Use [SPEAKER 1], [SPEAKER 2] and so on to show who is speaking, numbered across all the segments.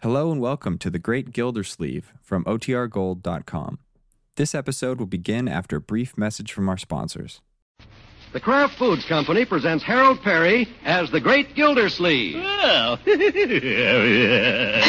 [SPEAKER 1] Hello and welcome to The Great Gildersleeve from OTRGold.com. This episode will begin after a brief message from our sponsors.
[SPEAKER 2] The Kraft Foods Company presents Harold Perry as the Great Gildersleeve.
[SPEAKER 3] Well, Harold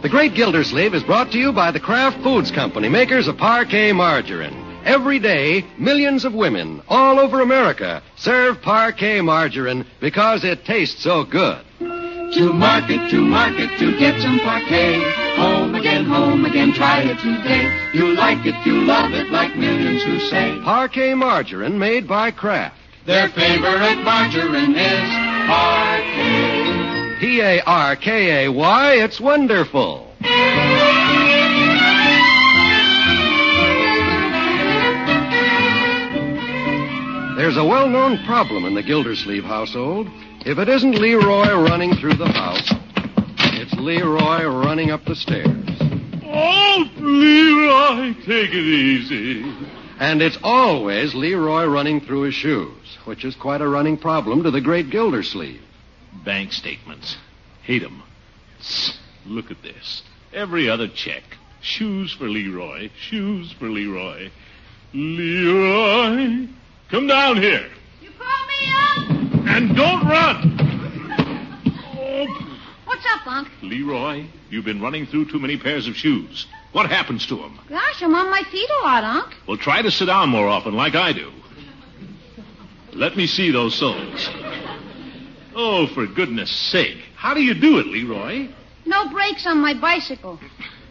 [SPEAKER 2] The Great Gildersleeve is brought to you by the Kraft Foods Company, makers of parquet margarine. Every day, millions of women all over America serve parquet margarine because it tastes so good.
[SPEAKER 4] To market, to market, to get some parquet. Home again, home again, try it today. You like it, you love it, like millions who say.
[SPEAKER 2] Parquet margarine made by Kraft.
[SPEAKER 4] Their favorite margarine is parquet.
[SPEAKER 2] P A R K A Y, it's wonderful. There's a well known problem in the Gildersleeve household. If it isn't Leroy running through the house, it's Leroy running up the stairs.
[SPEAKER 3] Oh, Leroy, take it easy.
[SPEAKER 2] And it's always Leroy running through his shoes, which is quite a running problem to the great Gildersleeve.
[SPEAKER 3] Bank statements. Hate 'em. Tss, Look at this. Every other check. Shoes for Leroy. Shoes for Leroy. Leroy, come down here.
[SPEAKER 5] You call me up?
[SPEAKER 3] And don't run. Oh,
[SPEAKER 5] What's up, Unc?
[SPEAKER 3] Leroy, you've been running through too many pairs of shoes. What happens to 'em?
[SPEAKER 5] Gosh, I'm on my feet a lot, Unc.
[SPEAKER 3] Well, try to sit down more often, like I do. Let me see those soles. Oh, for goodness sake. How do you do it, Leroy?
[SPEAKER 5] No brakes on my bicycle.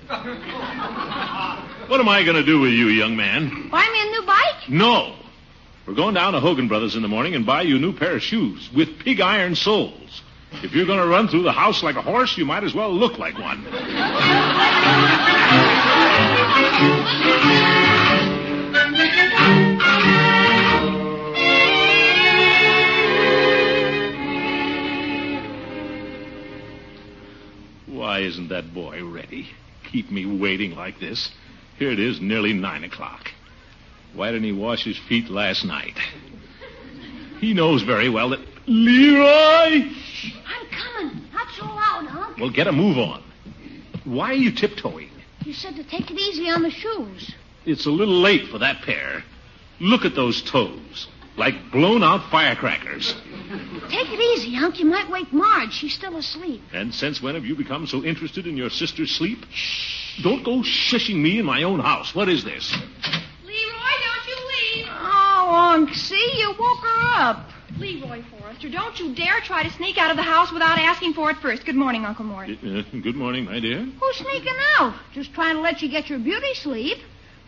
[SPEAKER 3] What am I going to do with you, young man?
[SPEAKER 5] Buy me a new bike?
[SPEAKER 3] No. We're going down to Hogan Brothers in the morning and buy you a new pair of shoes with pig iron soles. If you're going to run through the house like a horse, you might as well look like one. Why isn't that boy ready? Keep me waiting like this. Here it is, nearly nine o'clock. Why didn't he wash his feet last night? He knows very well that. Leroy!
[SPEAKER 5] I'm coming. Not so loud, Unc.
[SPEAKER 3] Well, get a move on. Why are you tiptoeing?
[SPEAKER 5] You said to take it easy on the shoes.
[SPEAKER 3] It's a little late for that pair. Look at those toes, like blown out firecrackers.
[SPEAKER 5] Take it easy, Unc. You might wake Marge. She's still asleep.
[SPEAKER 3] And since when have you become so interested in your sister's sleep? Don't go shushing me in my own house. What is this?
[SPEAKER 6] Leroy, don't you leave.
[SPEAKER 5] Oh, Unc, see? You woke her up.
[SPEAKER 6] Leroy Forrester, don't you dare try to sneak out of the house without asking for it first. Good morning, Uncle Mort.
[SPEAKER 3] Uh, good morning, my dear.
[SPEAKER 5] Who's sneaking out? Just trying to let you get your beauty sleep.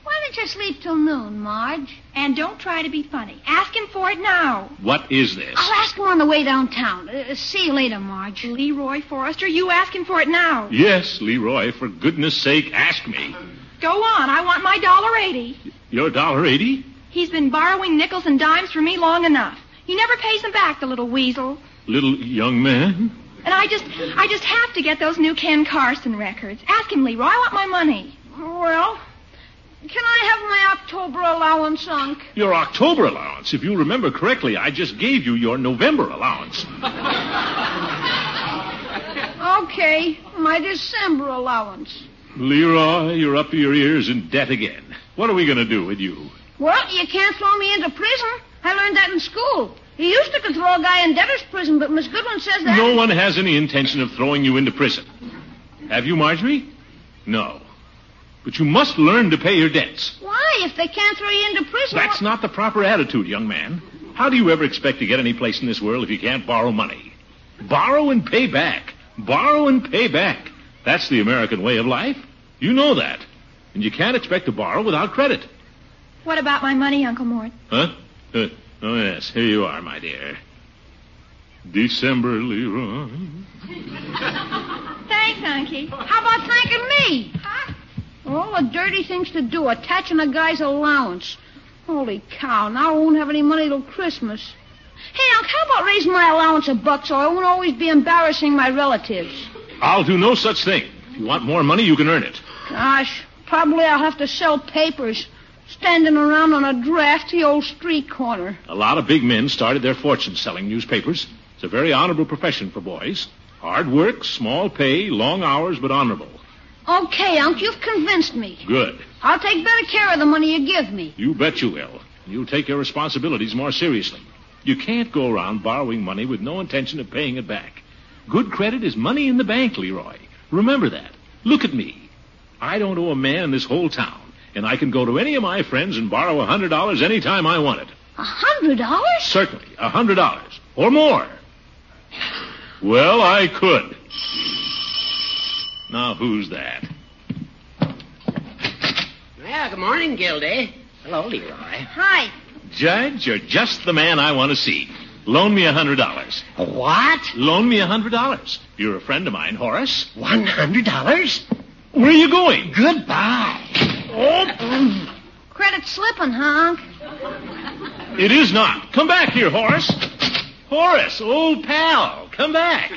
[SPEAKER 5] Why don't you sleep till noon, Marge?
[SPEAKER 6] And don't try to be funny. Ask him for it now.
[SPEAKER 3] What is this?
[SPEAKER 5] I'll ask him on the way downtown. Uh, see you later, Marge.
[SPEAKER 6] Leroy Forrester, you ask him for it now.
[SPEAKER 3] Yes, Leroy, for goodness sake, ask me.
[SPEAKER 6] Go on. I want my dollar eighty.
[SPEAKER 3] Your dollar eighty?
[SPEAKER 6] He's been borrowing nickels and dimes from me long enough. He never pays them back, the little weasel.
[SPEAKER 3] Little young man?
[SPEAKER 6] And I just, I just have to get those new Ken Carson records. Ask him, Leroy. I want my money.
[SPEAKER 5] Well, can I have my October allowance, Unc?
[SPEAKER 3] Your October allowance. If you remember correctly, I just gave you your November allowance.
[SPEAKER 5] Okay, my December allowance.
[SPEAKER 3] Leroy, you're up to your ears in debt again. What are we going to do with you?
[SPEAKER 5] Well, you can't throw me into prison. I learned that in school. You used to could throw a guy in debtor's prison, but Miss Goodwin says that.
[SPEAKER 3] No one has any intention of throwing you into prison. Have you, Marjorie? No. But you must learn to pay your debts.
[SPEAKER 5] Why? If they can't throw you into prison.
[SPEAKER 3] That's not the proper attitude, young man. How do you ever expect to get any place in this world if you can't borrow money? Borrow and pay back. Borrow and pay back. That's the American way of life. You know that. And you can't expect to borrow without credit.
[SPEAKER 6] What about my money, Uncle Mort?
[SPEAKER 3] Huh? Uh, oh, yes. Here you are, my dear. December, Leroy.
[SPEAKER 6] Thanks, Unky.
[SPEAKER 5] How about thanking me?
[SPEAKER 6] Huh?
[SPEAKER 5] All the dirty things to do, attaching a guy's allowance. Holy cow, now I won't have any money till Christmas. Hey, Unc, how about raising my allowance a buck so I won't always be embarrassing my relatives?
[SPEAKER 3] I'll do no such thing. You want more money, you can earn it.
[SPEAKER 5] Gosh, probably I'll have to sell papers. Standing around on a drafty old street corner.
[SPEAKER 3] A lot of big men started their fortune selling newspapers. It's a very honorable profession for boys. Hard work, small pay, long hours, but honorable.
[SPEAKER 5] Okay, Unc, you've convinced me.
[SPEAKER 3] Good.
[SPEAKER 5] I'll take better care of the money you give me.
[SPEAKER 3] You bet you will. You'll take your responsibilities more seriously. You can't go around borrowing money with no intention of paying it back. Good credit is money in the bank, Leroy. Remember that. Look at me. I don't owe a man in this whole town, and I can go to any of my friends and borrow a hundred dollars any time I want it.
[SPEAKER 5] A hundred dollars?
[SPEAKER 3] Certainly, a hundred dollars or more. Well, I could. Now, who's that?
[SPEAKER 7] Well, good morning, Gildy. Hello, Leroy.
[SPEAKER 5] Hi.
[SPEAKER 3] Judge, you're just the man I want to see. Loan me a hundred dollars.
[SPEAKER 7] What?
[SPEAKER 3] Loan me a hundred dollars. You're a friend of mine, Horace.
[SPEAKER 7] One hundred dollars?
[SPEAKER 3] Where are you going?
[SPEAKER 7] Goodbye.
[SPEAKER 3] Oh,
[SPEAKER 5] Credit slipping, huh, Unc?
[SPEAKER 3] it is not. Come back here, Horace. Horace, old pal, come back.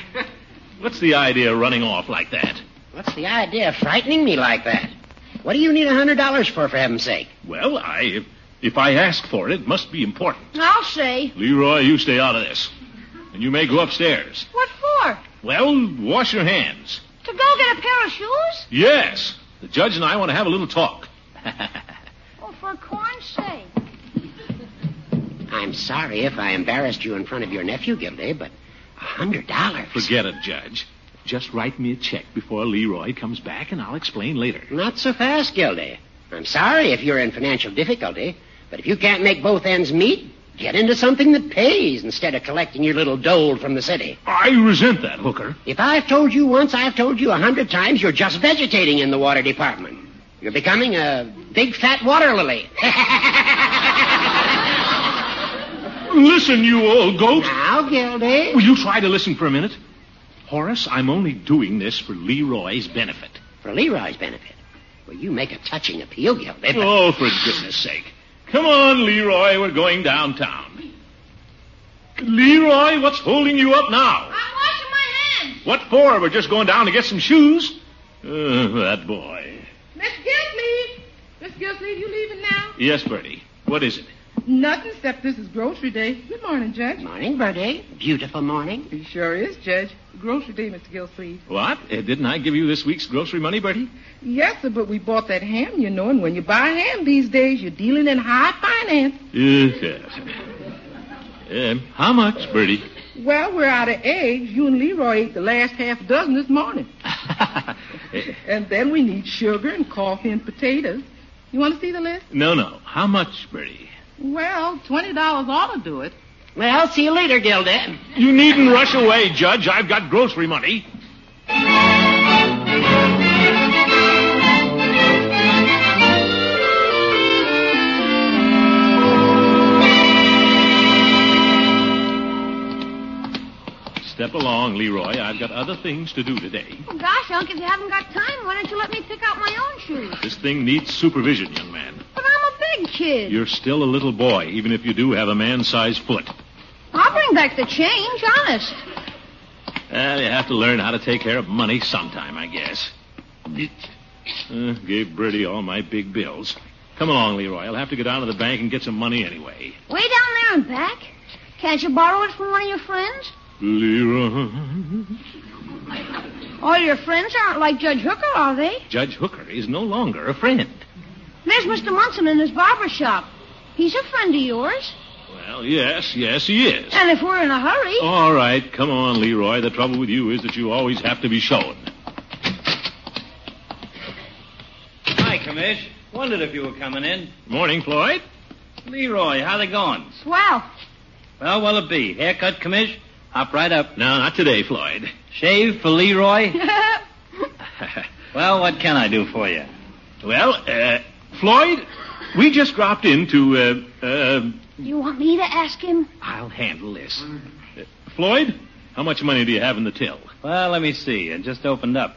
[SPEAKER 3] What's the idea of running off like that?
[SPEAKER 7] What's the idea of frightening me like that? What do you need a hundred dollars for, for heaven's sake?
[SPEAKER 3] Well, I if, if I ask for it, it must be important.
[SPEAKER 5] I'll say.
[SPEAKER 3] Leroy, you stay out of this. And you may go upstairs.
[SPEAKER 5] What for?
[SPEAKER 3] Well, wash your hands.
[SPEAKER 5] To go get a pair of shoes?
[SPEAKER 3] Yes. The judge and I want to have a little talk.
[SPEAKER 5] Oh, for corn's sake.
[SPEAKER 7] I'm sorry if I embarrassed you in front of your nephew, Gildy, but a hundred dollars.
[SPEAKER 3] Forget it, Judge. Just write me a check before Leroy comes back, and I'll explain later.
[SPEAKER 7] Not so fast, Gildy. I'm sorry if you're in financial difficulty, but if you can't make both ends meet, get into something that pays instead of collecting your little dole from the city.
[SPEAKER 3] I resent that, Hooker.
[SPEAKER 7] If I've told you once, I've told you a hundred times, you're just vegetating in the water department. You're becoming a big fat water lily.
[SPEAKER 3] Listen, you old goat.
[SPEAKER 7] now, Gildy.
[SPEAKER 3] Will you try to listen for a minute? Horace, I'm only doing this for Leroy's benefit.
[SPEAKER 7] For Leroy's benefit. Well, you make a touching appeal, Gildy. but-
[SPEAKER 3] Oh, for goodness sake. Come on, Leroy. We're going downtown. Leroy, what's holding you up now?
[SPEAKER 5] I'm washing my hands.
[SPEAKER 3] What for? We're just going down to get some shoes. Oh, that boy.
[SPEAKER 8] Miss Gilsleeve! Miss Gilsleeve, you leaving now?
[SPEAKER 3] Yes, Bertie. What is it?
[SPEAKER 8] Nothing except this is grocery day. Good morning, Judge.
[SPEAKER 7] Morning, Bertie. Beautiful morning.
[SPEAKER 8] It sure is, Judge. Grocery day, Mr. Gilsleeve.
[SPEAKER 3] What? Uh, didn't I give you this week's grocery money, Bertie?
[SPEAKER 8] Yes, sir, but we bought that ham, you know, and when you buy ham these days, you're dealing in high finance.
[SPEAKER 3] Yes. Um, how much, Bertie?
[SPEAKER 8] Well, we're out of eggs. You and Leroy ate the last half dozen this morning.
[SPEAKER 3] Eh,
[SPEAKER 8] And then we need sugar and coffee and potatoes. You want to see the list?
[SPEAKER 3] no, no. How much, Bertie?
[SPEAKER 8] Well, $20 ought to do it.
[SPEAKER 7] Well, see you later, Gildy.
[SPEAKER 3] You needn't rush away, Judge. I've got grocery money. Step along, Leroy. I've got other things to do today.
[SPEAKER 5] Oh, gosh, Unc, if you haven't got time, why don't you let me pick out my own shoes?
[SPEAKER 3] This thing needs supervision, young man.
[SPEAKER 5] But I'm a big kid.
[SPEAKER 3] You're still a little boy, even if you do have a man-sized foot.
[SPEAKER 5] I'll bring back the change, honest.
[SPEAKER 3] Well, you have to learn how to take care of money sometime, I guess. Uh, gave Bertie all my big bills. Come along, Leroy. I'll have to go down to the bank and get some money anyway.
[SPEAKER 5] Way down there and back. Can't you borrow it from one of your friends?
[SPEAKER 3] Leroy.
[SPEAKER 5] All your friends aren't like Judge Hooker, are they?
[SPEAKER 3] Judge Hooker is no longer a friend.
[SPEAKER 5] There's Mr. Munson in his barber shop. He's a friend of yours.
[SPEAKER 3] Well, yes, yes, he is.
[SPEAKER 5] And if we're in a hurry,
[SPEAKER 3] All right, come on, Leroy. The trouble with you is that you always have to be shown.
[SPEAKER 9] Hi, Commish. Wondered if you were coming in.
[SPEAKER 3] Morning, Floyd.
[SPEAKER 9] Leroy, how they going?
[SPEAKER 5] swell.
[SPEAKER 9] Well, will it be? Haircut, Commish? Hop right up.
[SPEAKER 3] No, not today, Floyd.
[SPEAKER 9] Shave for Leroy? well, what can I do for you?
[SPEAKER 3] well, uh, Floyd, we just dropped in to, uh, uh,
[SPEAKER 5] You want me to ask him?
[SPEAKER 3] I'll handle this. Uh, Floyd, how much money do you have in the till?
[SPEAKER 9] Well, let me see. It just opened up.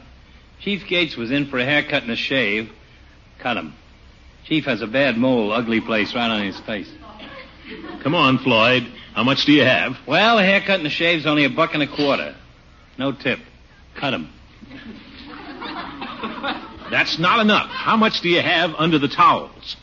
[SPEAKER 9] Chief Gates was in for a haircut and a shave. Cut him. Chief has a bad mole, ugly place right on his face.
[SPEAKER 3] Come on, Floyd. How much do you have?
[SPEAKER 9] Well, a haircut and a shave's only a buck and a quarter. No tip. Cut him.
[SPEAKER 3] That's not enough. How much do you have under the towels?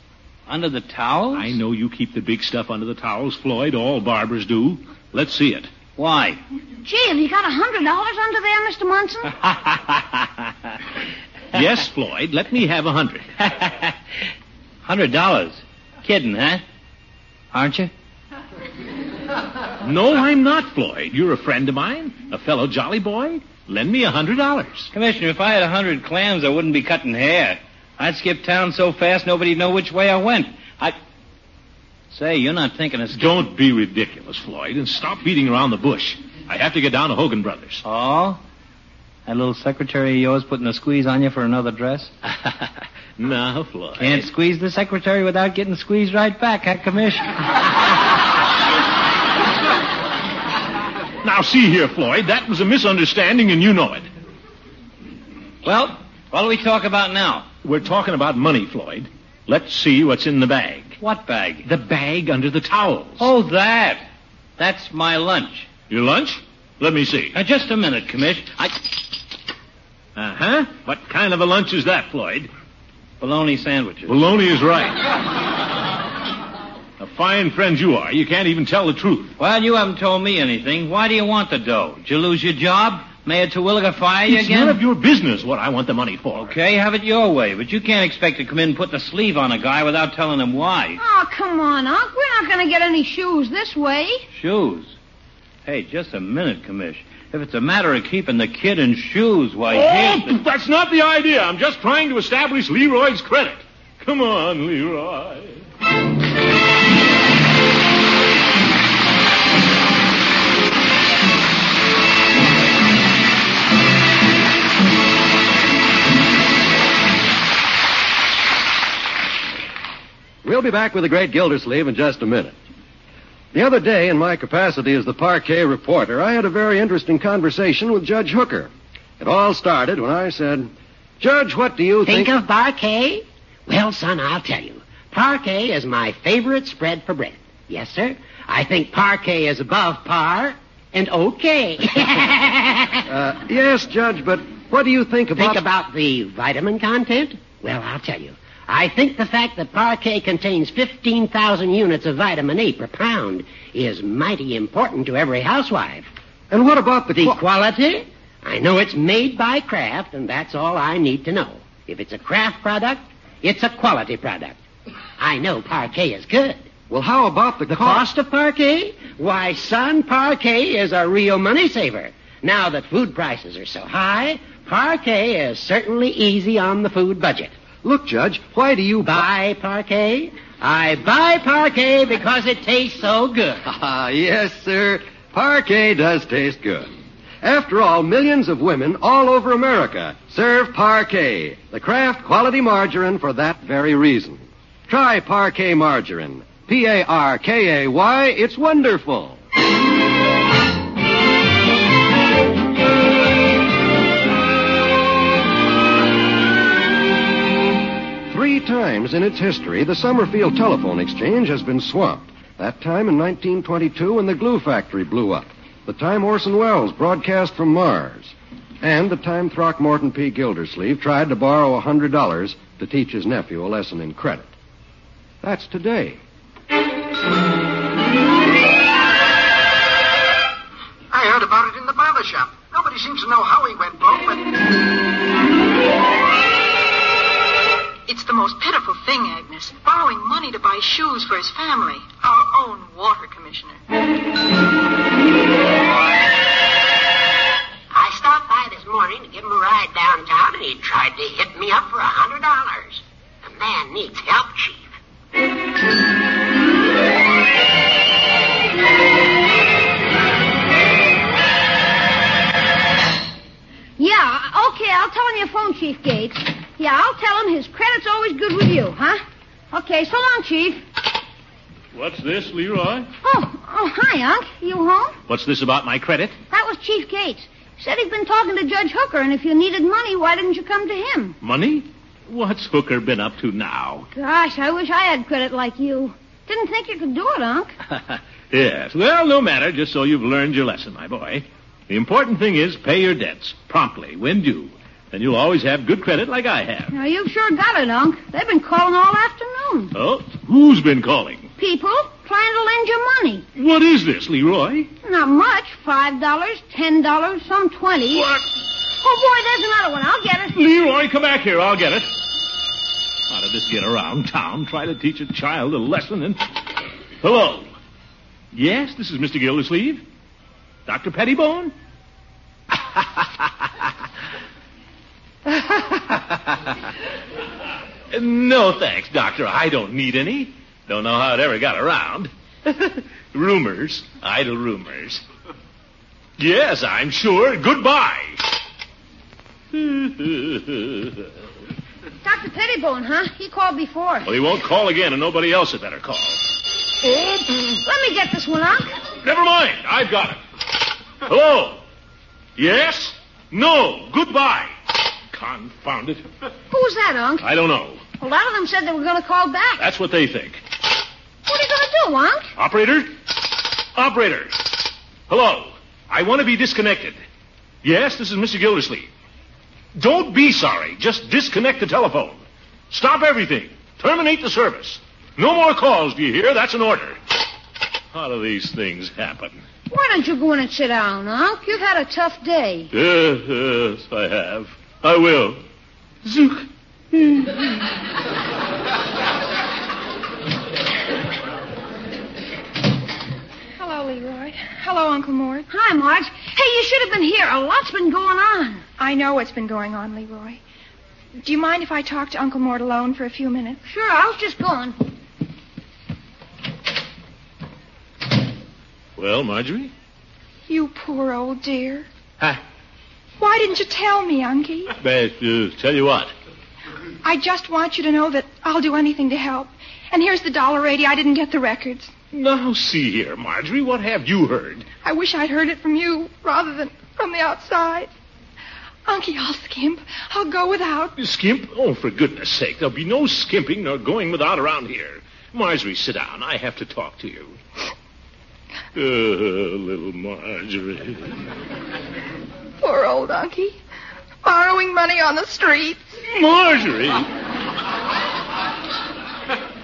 [SPEAKER 9] Under the towels?
[SPEAKER 3] I know you keep the big stuff under the towels, Floyd. All barbers do. Let's see it.
[SPEAKER 9] Why?
[SPEAKER 5] Gee, have you got a hundred dollars under there, Mr. Munson?
[SPEAKER 3] yes, Floyd. Let me have a hundred.
[SPEAKER 9] Hundred dollars. Kidding, huh? Aren't you?
[SPEAKER 3] No, I'm not, Floyd. You're a friend of mine, a fellow jolly boy. Lend me a hundred dollars.
[SPEAKER 9] Commissioner, if I had a hundred clams, I wouldn't be cutting hair. I'd skip town so fast nobody'd know which way I went. I. Say, you're not thinking of. Sk-
[SPEAKER 3] Don't be ridiculous, Floyd, and stop beating around the bush. I have to get down to Hogan Brothers.
[SPEAKER 9] oh? That little secretary of yours putting a squeeze on you for another dress?
[SPEAKER 3] no, Floyd.
[SPEAKER 9] Can't squeeze the secretary without getting squeezed right back, huh, Commissioner?
[SPEAKER 3] Now see here, Floyd. That was a misunderstanding, and you know it.
[SPEAKER 9] well, what do we talk about now?
[SPEAKER 3] We're talking about money, Floyd. Let's see what's in the bag.
[SPEAKER 9] What bag?
[SPEAKER 3] The bag under the towels.
[SPEAKER 9] Oh, that. That's my lunch.
[SPEAKER 3] Your lunch? Let me see.
[SPEAKER 9] Now, just a minute, Commissioner. I.
[SPEAKER 3] Uh huh. What kind of a lunch is that, Floyd?
[SPEAKER 9] Bologna sandwiches.
[SPEAKER 3] Baloney is right. a fine friend you are. You can't even tell the truth.
[SPEAKER 9] Well, you haven't told me anything. Why do you want the dough? Did you lose your job? Mayor Terwilliger fire you
[SPEAKER 3] it's
[SPEAKER 9] again?
[SPEAKER 3] none of your business what I want the money for.
[SPEAKER 9] Okay, have it your way, but you can't expect to come in and put the sleeve on a guy without telling him why.
[SPEAKER 5] Oh, come on, Unc. We're not going to get any shoes this way.
[SPEAKER 9] Shoes. Hey, just a minute, Commish. If it's a matter of keeping the kid in shoes, why, here's
[SPEAKER 3] Oh,
[SPEAKER 9] the...
[SPEAKER 3] that's not the idea. I'm just trying to establish Leroy's credit. Come on, Leroy.
[SPEAKER 2] We'll be back with the great Gildersleeve in just a minute. The other day, in my capacity as the parquet reporter, I had a very interesting conversation with Judge Hooker. It all started when I said, Judge, what do you think?
[SPEAKER 7] Think of parquet? Well, son, I'll tell you. Parquet is my favorite spread for bread. Yes, sir. I think parquet is above par and okay.
[SPEAKER 2] uh, yes, Judge, but what do you think about...
[SPEAKER 7] Think about the vitamin content? Well, I'll tell you. I think the fact that parquet contains 15,000 units of vitamin A per pound is mighty important to every housewife.
[SPEAKER 2] And what about the...
[SPEAKER 7] The
[SPEAKER 2] qua-
[SPEAKER 7] quality? I know it's made by Kraft, and that's all I need to know. If it's a Kraft product, it's a quality product. I know parquet is good.
[SPEAKER 2] well, how about the,
[SPEAKER 7] The cost of parquet? Why, son, parquet is a real money saver. Now that food prices are so high, parquet is certainly easy on the food budget.
[SPEAKER 2] Look, Judge, why do you...
[SPEAKER 7] Buy parquet? I buy parquet because it tastes so good.
[SPEAKER 2] Ah, yes, sir. Parquet does taste good. After all, millions of women all over America serve parquet, the Kraft quality margarine for that very reason. Try parquet margarine. P A R K A Y, it's wonderful. Three times in its history, the Summerfield Telephone Exchange has been swamped. That time in 1922 when the glue factory blew up. The time Orson Welles broadcast from Mars. And the time Throckmorton P. Gildersleeve tried to borrow $100 to teach his nephew a lesson in credit. That's today.
[SPEAKER 10] I heard about it in the barber shop. Nobody seems to know how he went broke, but. It's the most pitiful thing, Agnes. Borrowing money to buy shoes for his family. Our own water commissioner.
[SPEAKER 7] I stopped by this morning to give him a ride downtown, and he tried to hit me up for a hundred dollars. The man needs help, Chief.
[SPEAKER 5] Yeah, okay, I'll tell him your phone, Chief Gates. Yeah, I'll tell him his credit's always good with you, huh? Okay, so long, Chief.
[SPEAKER 3] What's this, Leroy?
[SPEAKER 5] Oh, oh, hi, Unc. You home?
[SPEAKER 3] What's this about my credit?
[SPEAKER 5] That was Chief Gates. Said he'd been talking to Judge Hooker, and if you needed money, why didn't you come to him?
[SPEAKER 3] Money? What's Hooker been up to now?
[SPEAKER 5] Gosh, I wish I had credit like you. Didn't think you could do it, Unc.
[SPEAKER 3] yes. Well, no matter, just so you've learned your lesson, my boy. The important thing is pay your debts promptly when due. Then you'll always have good credit like I have.
[SPEAKER 5] Now, you've sure got it, Unc. They've been calling all afternoon.
[SPEAKER 3] Oh, who's been calling?
[SPEAKER 5] People trying to lend you money.
[SPEAKER 3] What is this, Leroy?
[SPEAKER 5] Not much. Five dollars, ten dollars, some twenty.
[SPEAKER 3] What?
[SPEAKER 5] Oh, boy, there's another one. I'll get it.
[SPEAKER 3] Leroy, come back here. I'll get it. How did this get around town? Try to teach a child a lesson and. Hello. Yes, this is Mr. Gildersleeve. Dr. Pettibone? no, thanks, Doctor. I don't need any. Don't know how it ever got around. rumors. Idle rumors. Yes, I'm sure. Goodbye.
[SPEAKER 5] Dr. Pettibone, huh? He called before.
[SPEAKER 3] Well, he won't call again, and nobody else had better call.
[SPEAKER 5] Let me get this one, Unc.
[SPEAKER 3] Never mind. I've got it. Hello? Yes? No. Goodbye. Confound it.
[SPEAKER 5] Who was that, Unc?
[SPEAKER 3] I don't know.
[SPEAKER 5] A lot of them said they were going to call back.
[SPEAKER 3] That's what they think.
[SPEAKER 5] What are you going to do, Unc?
[SPEAKER 3] Operator? Operator. Hello. I want to be disconnected. Yes, this is Mr. Gildersleeve. Don't be sorry. Just disconnect the telephone. Stop everything. Terminate the service. No more calls, do you hear? That's an order. How do these things happen?
[SPEAKER 5] Why don't you go in and sit down, Unc? You've had a tough day.
[SPEAKER 3] Yes, yes, I have. I will. Zook.
[SPEAKER 6] Hello, Leroy. Hello, Uncle Mort.
[SPEAKER 5] Hi, Marge. Hey, you should have been here. A lot's been going on.
[SPEAKER 6] I know what's been going on, Leroy. Do you mind if I talk to Uncle Mort alone for a few minutes?
[SPEAKER 5] Sure, I was just going.
[SPEAKER 3] Well, Marjorie?
[SPEAKER 6] You poor old dear.
[SPEAKER 3] Huh?
[SPEAKER 6] Why didn't you tell me, Unky?
[SPEAKER 3] Best, uh, tell you what.
[SPEAKER 6] I just want you to know that I'll do anything to help. And here's the dollar eighty. I didn't get the records.
[SPEAKER 3] Now, see here, Marjorie, what have you heard?
[SPEAKER 6] I wish I'd heard it from you rather than from the outside. Unky, I'll skimp. I'll go without.
[SPEAKER 3] Skimp? Oh, for goodness sake, there'll be no skimping nor going without around here. Marjorie, sit down. I have to talk to you. Oh, little Marjorie.
[SPEAKER 6] Poor old Unky. Borrowing money on the street.
[SPEAKER 3] Marjorie!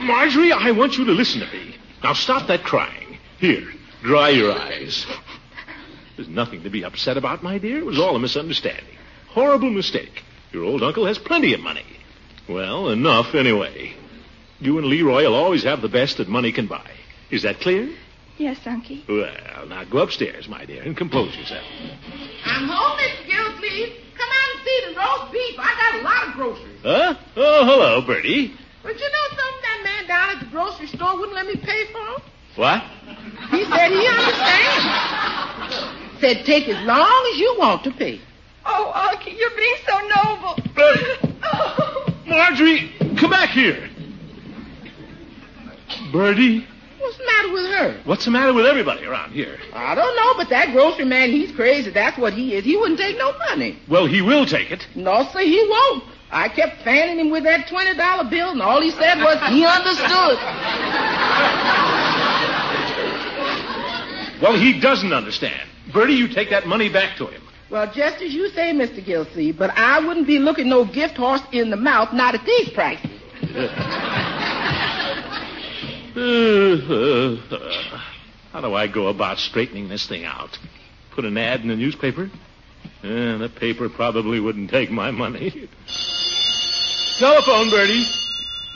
[SPEAKER 3] Marjorie, I want you to listen to me. Now stop that crying. Here, dry your eyes. There's nothing to be upset about, my dear. It was all a misunderstanding. Horrible mistake. Your old uncle has plenty of money. Well, enough anyway. You and Leroy will always have the best that money can buy. Is that clear?
[SPEAKER 6] Yes, Unky.
[SPEAKER 3] Well, now go upstairs, my dear, and compose yourself.
[SPEAKER 8] I'm home, Mr. Gildersleeve. Come out and see the roast beef. I got a lot of groceries.
[SPEAKER 3] Huh? Oh, hello, Bertie.
[SPEAKER 8] But you know something that man down at the grocery store wouldn't let me pay for? 'em?
[SPEAKER 3] What?
[SPEAKER 8] He said he understands. Said take as long as you want to pay.
[SPEAKER 6] Oh, Unky, you're being so noble.
[SPEAKER 3] Marjorie, come back here. Bertie,
[SPEAKER 8] What's the matter with her?
[SPEAKER 3] what's the matter with everybody around here?
[SPEAKER 8] I don't know, but that grocery man, he's crazy. That's what he is. He wouldn't take no money.
[SPEAKER 3] Well, he will take it.
[SPEAKER 8] No, sir, he won't. I kept fanning him with that $20 bill, and all he said was he understood.
[SPEAKER 3] Well, he doesn't understand. Bertie, you take that money back to him.
[SPEAKER 8] Well, just as you say, Mr. Gilsey, but I wouldn't be looking no gift horse in the mouth, not at these prices.
[SPEAKER 3] Uh, uh, uh. How do I go about straightening this thing out? Put an ad in the newspaper? Eh, the paper probably wouldn't take my money. Telephone, Bertie.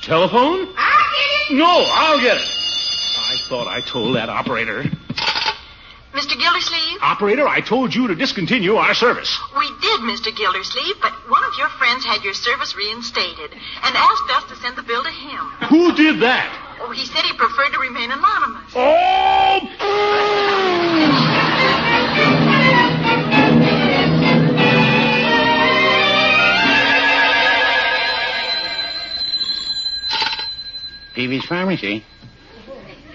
[SPEAKER 3] Telephone?
[SPEAKER 8] I'll get
[SPEAKER 3] No, I'll get it. I thought I told that operator.
[SPEAKER 10] Mr. Gildersleeve?
[SPEAKER 3] Operator, I told you to discontinue our service.
[SPEAKER 10] We did, Mr. Gildersleeve, but one of your friends had your service reinstated and asked us to send the bill to him.
[SPEAKER 3] Who did that?
[SPEAKER 10] Oh, he said he preferred to remain anonymous.
[SPEAKER 11] Peavy's Pharmacy.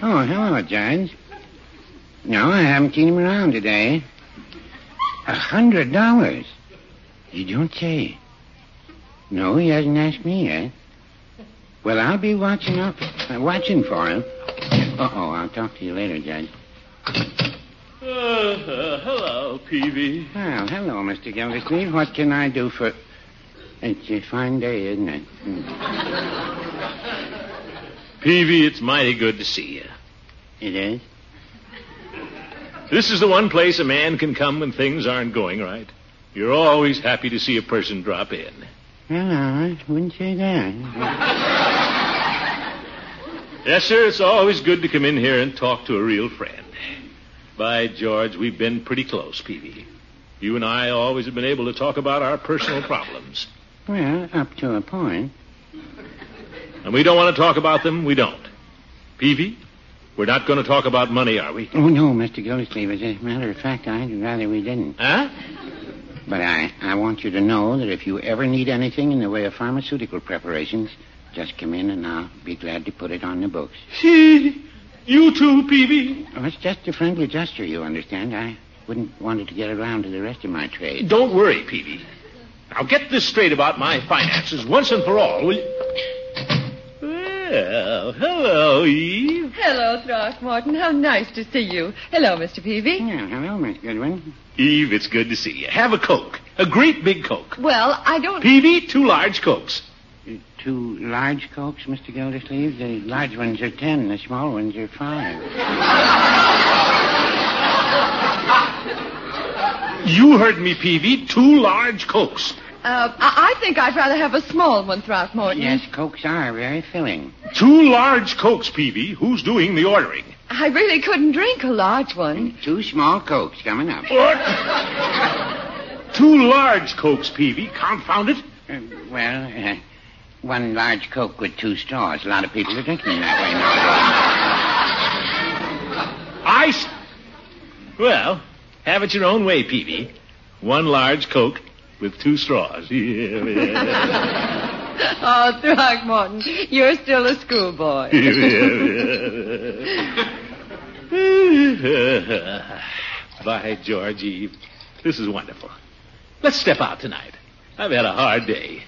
[SPEAKER 11] Oh, hello, Judge. No, I haven't seen him around today. A hundred dollars. You don't say. No, he hasn't asked me yet. Well, I'll be watching up, uh, watching for him. Uh-oh, I'll talk to you later, Judge.
[SPEAKER 3] Uh, uh, hello, Peavy.
[SPEAKER 11] Well, hello, Mr. Gildersleeve. What can I do for... It's a fine day, isn't it?
[SPEAKER 3] Peavy, it's mighty good to see you.
[SPEAKER 11] It is?
[SPEAKER 3] This is the one place a man can come when things aren't going right. You're always happy to see a person drop in.
[SPEAKER 11] Well, I wouldn't say that.
[SPEAKER 3] Yes, sir, it's always good to come in here and talk to a real friend. By George, we've been pretty close, Peavy. You and I always have been able to talk about our personal problems.
[SPEAKER 11] Well, up to a point.
[SPEAKER 3] And we don't want to talk about them, we don't. Peavy, we're not going to talk about money, are we?
[SPEAKER 11] Oh, no, Mr. Gildersleeve. As a matter of fact, I'd rather we didn't.
[SPEAKER 3] Huh?
[SPEAKER 11] But I, I want you to know that if you ever need anything in the way of pharmaceutical preparations, just come in and I'll be glad to put it on the books.
[SPEAKER 3] you too, Peavy.
[SPEAKER 11] Oh, it's just a friendly gesture, you understand. I wouldn't want it to get around to the rest of my trade.
[SPEAKER 3] Don't worry, Peavy. Now get this straight about my finances once and for all, will you? Well, hello, E. Eve.
[SPEAKER 12] Hello, Throckmorton. How nice to see you. Hello, Mr. Peavy.
[SPEAKER 11] Yeah, hello, Miss Goodwin.
[SPEAKER 3] Eve, it's good to see you. Have a Coke. A great big Coke.
[SPEAKER 12] Well, I don't. uh,
[SPEAKER 3] Peavy, two large Cokes.
[SPEAKER 11] Two large cokes, Mr. Gildersleeve. The large ones are ten, the small ones are five.
[SPEAKER 3] You heard me, Peavy. Two large Cokes.
[SPEAKER 12] Uh, I-, I think I'd rather have a small one, Throckmorton.
[SPEAKER 11] Yes, cokes are very filling.
[SPEAKER 3] Two large Cokes, Peavy. Who's doing the ordering?
[SPEAKER 12] I really couldn't drink a large one. Oh,
[SPEAKER 11] Two small cokes coming up.
[SPEAKER 3] Two large Cokes, Peavy. Confound it.
[SPEAKER 11] well, uh, one large coke with two straws. A lot of people are drinking them that way nowadays.
[SPEAKER 3] I. S- well, have it your own way, Peavy. One large Coke with two straws.
[SPEAKER 12] Oh, Throckmorton, you're still a schoolboy.
[SPEAKER 3] By George, Eve, this is wonderful. Let's step out tonight. I've had a hard day.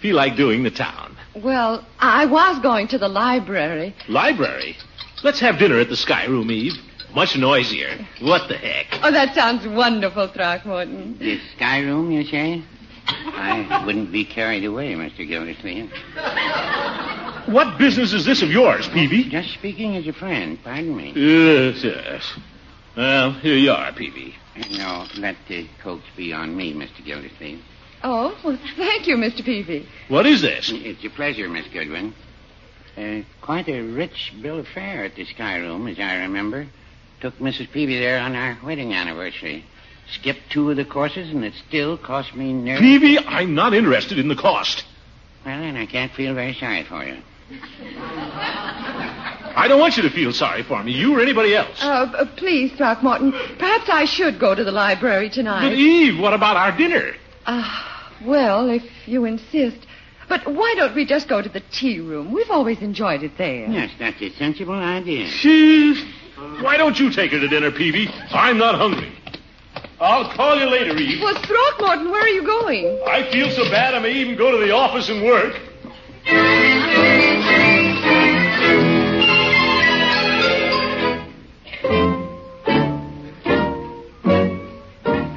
[SPEAKER 3] Feel like doing the town.
[SPEAKER 12] well, I was going to the library.
[SPEAKER 3] Library. Let's have dinner at the Sky Room, Eve. Much noisier. What the heck?
[SPEAKER 12] Oh, that sounds wonderful, Throckmorton.
[SPEAKER 11] The sky room, you say? I wouldn't be carried away, Mr. Gildersleeve.
[SPEAKER 3] What business is this of yours, Peavy?
[SPEAKER 11] Just speaking as a friend, pardon me.
[SPEAKER 3] Yes, yes. Well, here you are, Peavy.
[SPEAKER 11] No, let the cokes be on me, Mr. Gildersleeve.
[SPEAKER 12] Oh, well, thank you, Mr. Peavy.
[SPEAKER 3] What is this?
[SPEAKER 11] It's a pleasure, Miss Goodwin. Uh, quite a rich bill of fare at the Sky Room, as I remember. Took Mrs. Peavy there on our wedding anniversary. Skipped two of the courses, and it still cost me nearly.
[SPEAKER 3] Peavy, I'm not interested in the cost.
[SPEAKER 11] Well, then I can't feel very sorry for you.
[SPEAKER 3] I don't want you to feel sorry for me, you or anybody else.
[SPEAKER 12] Uh, uh, please, Throckmorton, perhaps I should go to the library tonight.
[SPEAKER 3] But, Eve, what about our dinner?
[SPEAKER 12] Ah, well, if you insist. But why don't we just go to the tea room? We've always enjoyed it there.
[SPEAKER 11] Yes, that's a sensible idea.
[SPEAKER 3] Why don't you take her to dinner, Peavy? I'm not hungry. I'll call you later, Eve.
[SPEAKER 12] Well, Throckmorton, where are you going?
[SPEAKER 3] I feel so bad I may even go to the office and work.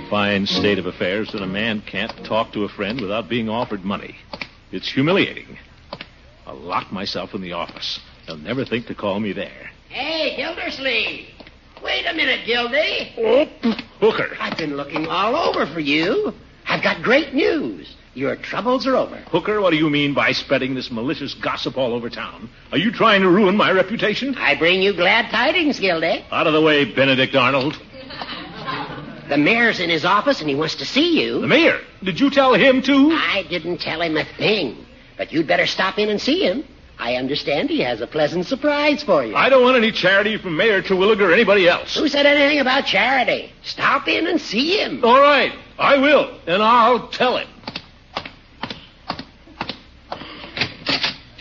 [SPEAKER 3] Fine state of affairs that a man can't talk to a friend without being offered money. It's humiliating. I'll lock myself in the office. They'll never think to call me there.
[SPEAKER 7] Hey, Gildersleeve. Wait a minute, Gildy.
[SPEAKER 3] Hooker.
[SPEAKER 7] I've been looking all over for you. I've got great news. Your troubles are over.
[SPEAKER 3] Hooker, what do you mean by spreading this malicious gossip all over town? Are you trying to ruin my reputation?
[SPEAKER 7] I bring you glad tidings, Gildy.
[SPEAKER 3] Out of the way, Benedict Arnold.
[SPEAKER 7] The mayor's in his office and he wants to see you.
[SPEAKER 3] The mayor? Did you tell him, too?
[SPEAKER 7] I didn't tell him a thing. But you'd better stop in and see him. I understand he has a pleasant surprise for you.
[SPEAKER 3] I don't want any charity from Mayor Terwilliger or anybody else.
[SPEAKER 7] Who said anything about charity? Stop in and see him.
[SPEAKER 3] All right, I will, and I'll tell him.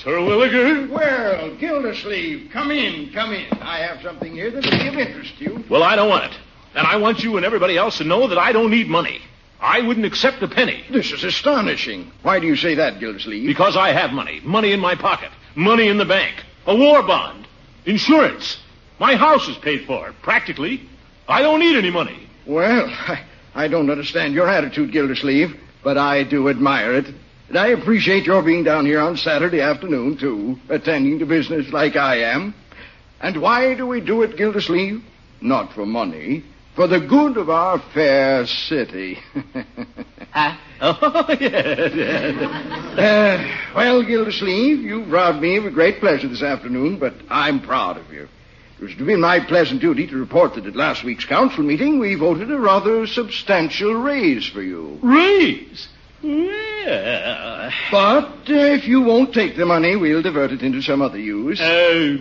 [SPEAKER 3] Terwilliger?
[SPEAKER 13] Well, Gildersleeve, come in, come in. I have something here that'll be of interest to you.
[SPEAKER 3] Well, I don't want it. And I want you and everybody else to know that I don't need money. I wouldn't accept a penny.
[SPEAKER 13] This is astonishing. Why do you say that, Gildersleeve?
[SPEAKER 3] Because I have money. Money in my pocket. Money in the bank. A war bond. Insurance. My house is paid for, practically. I don't need any money.
[SPEAKER 13] Well, I, I don't understand your attitude, Gildersleeve, but I do admire it. And I appreciate your being down here on Saturday afternoon, too, attending to business like I am. And why do we do it, Gildersleeve? Not for money, for the good of our fair city.
[SPEAKER 7] Huh?
[SPEAKER 13] Oh, yes, yes. Uh, well, Gildersleeve, you robbed me of a great pleasure this afternoon, but I'm proud of you. It was to be my pleasant duty to report that at last week's council meeting we voted a rather substantial raise for you.
[SPEAKER 3] Raise? Yeah.
[SPEAKER 13] But uh, if you won't take the money, we'll divert it into some other use.
[SPEAKER 3] Oh,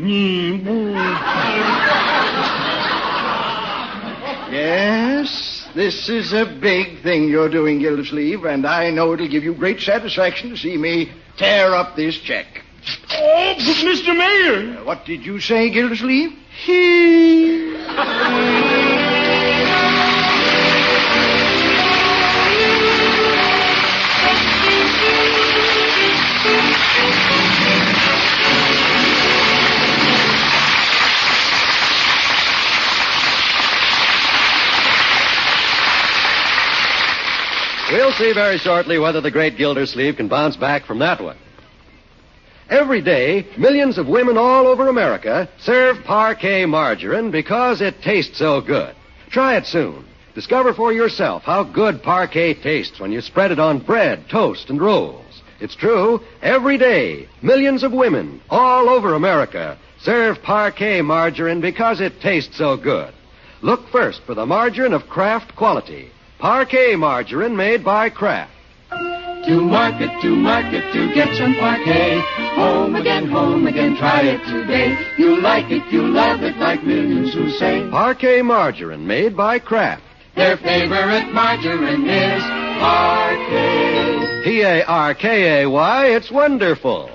[SPEAKER 13] Yes, this is a big thing you're doing, Gildersleeve, and I know it'll give you great satisfaction to see me tear up this check.
[SPEAKER 3] Oh, but Mr. Mayor!
[SPEAKER 13] What did you say, Gildersleeve?
[SPEAKER 3] He.
[SPEAKER 2] We'll see very shortly whether the great Gildersleeve can bounce back from that one. Every day, millions of women all over America serve parquet margarine because it tastes so good. Try it soon. Discover for yourself how good parquet tastes when you spread it on bread, toast, and rolls. It's true, every day, millions of women all over America serve parquet margarine because it tastes so good. Look first for the margarine of Kraft quality. Parquet margarine made by Kraft.
[SPEAKER 4] To market, to market, to get some parquet. Home again, home again, try it today. You'll like it, you'll love it, like millions who say.
[SPEAKER 2] Parquet margarine made by Kraft.
[SPEAKER 4] Their favorite margarine is parquet.
[SPEAKER 2] P A R K A Y, it's wonderful.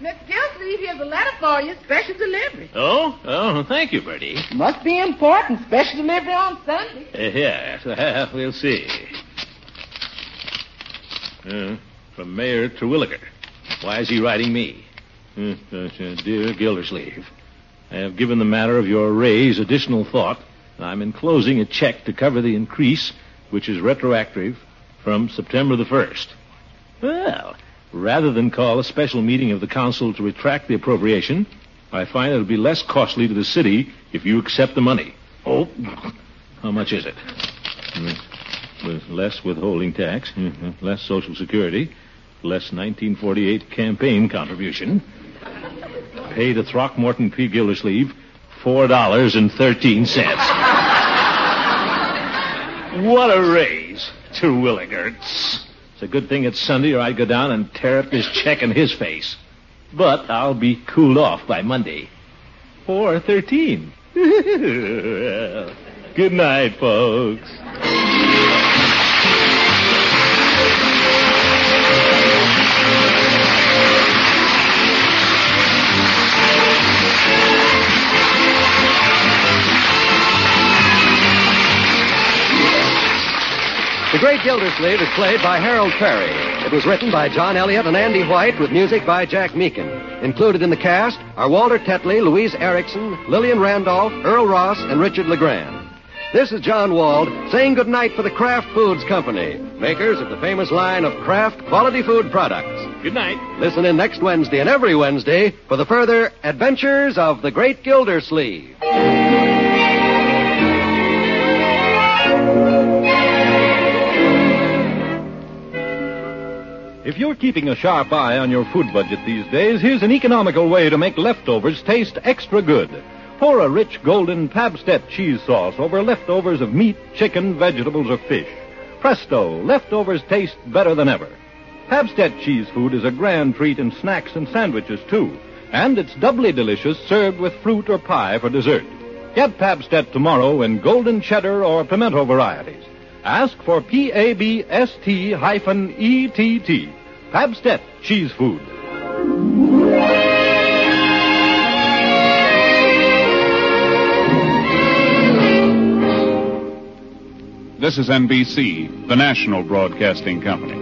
[SPEAKER 8] Miss Gildersleeve, here's a letter for you, special delivery.
[SPEAKER 3] Oh? Oh, thank you, Bertie.
[SPEAKER 8] Must be important, special delivery on Sunday.
[SPEAKER 3] Uh, yes, well, we'll see. Uh, from Mayor Terwilliger. Why is he writing me? Uh, uh, uh, dear Gildersleeve, I have given the matter of your raise additional thought, and I'm enclosing a check to cover the increase, which is retroactive from September the 1st. Well, rather than call a special meeting of the council to retract the appropriation, I find it'll be less costly to the city if you accept the money. Oh, how much is it? Mm, With less withholding tax, mhm, less Social Security, less 1948 campaign contribution. Pay to Throckmorton P. Gildersleeve $4.13. what a raise, Terwilliger. It's a good thing it's Sunday, or I'd go down and tear up this check in his face. But I'll be cooled off by Monday. 413. Good night, folks.
[SPEAKER 2] The Great Gildersleeve is played by Harold Perry. It was written by John Elliott and Andy White with music by Jack Meakin. Included in the cast are Walter Tetley, Louise Erickson, Lillian Randolph, Earl Ross, and Richard LeGrand. This is John Wald saying goodnight for the Kraft Foods Company, makers of the famous line of Kraft quality food products.
[SPEAKER 3] Good night.
[SPEAKER 2] Listen in next Wednesday and every Wednesday for the further adventures of the Great Gildersleeve.
[SPEAKER 14] If you're keeping a sharp eye on your food budget these days, here's an economical way to make leftovers taste extra good. Pour a rich golden Pabstet cheese sauce over leftovers of meat, chicken, vegetables, or fish. Presto, leftovers taste better than ever. Pabstet cheese food is a grand treat in snacks and sandwiches, too. And it's doubly delicious served with fruit or pie for dessert. Get Pabstet tomorrow in golden cheddar or pimento varieties. Ask for P A B S T hyphen E T T. Pabstet Cheese Food.
[SPEAKER 15] This is NBC, the national broadcasting company.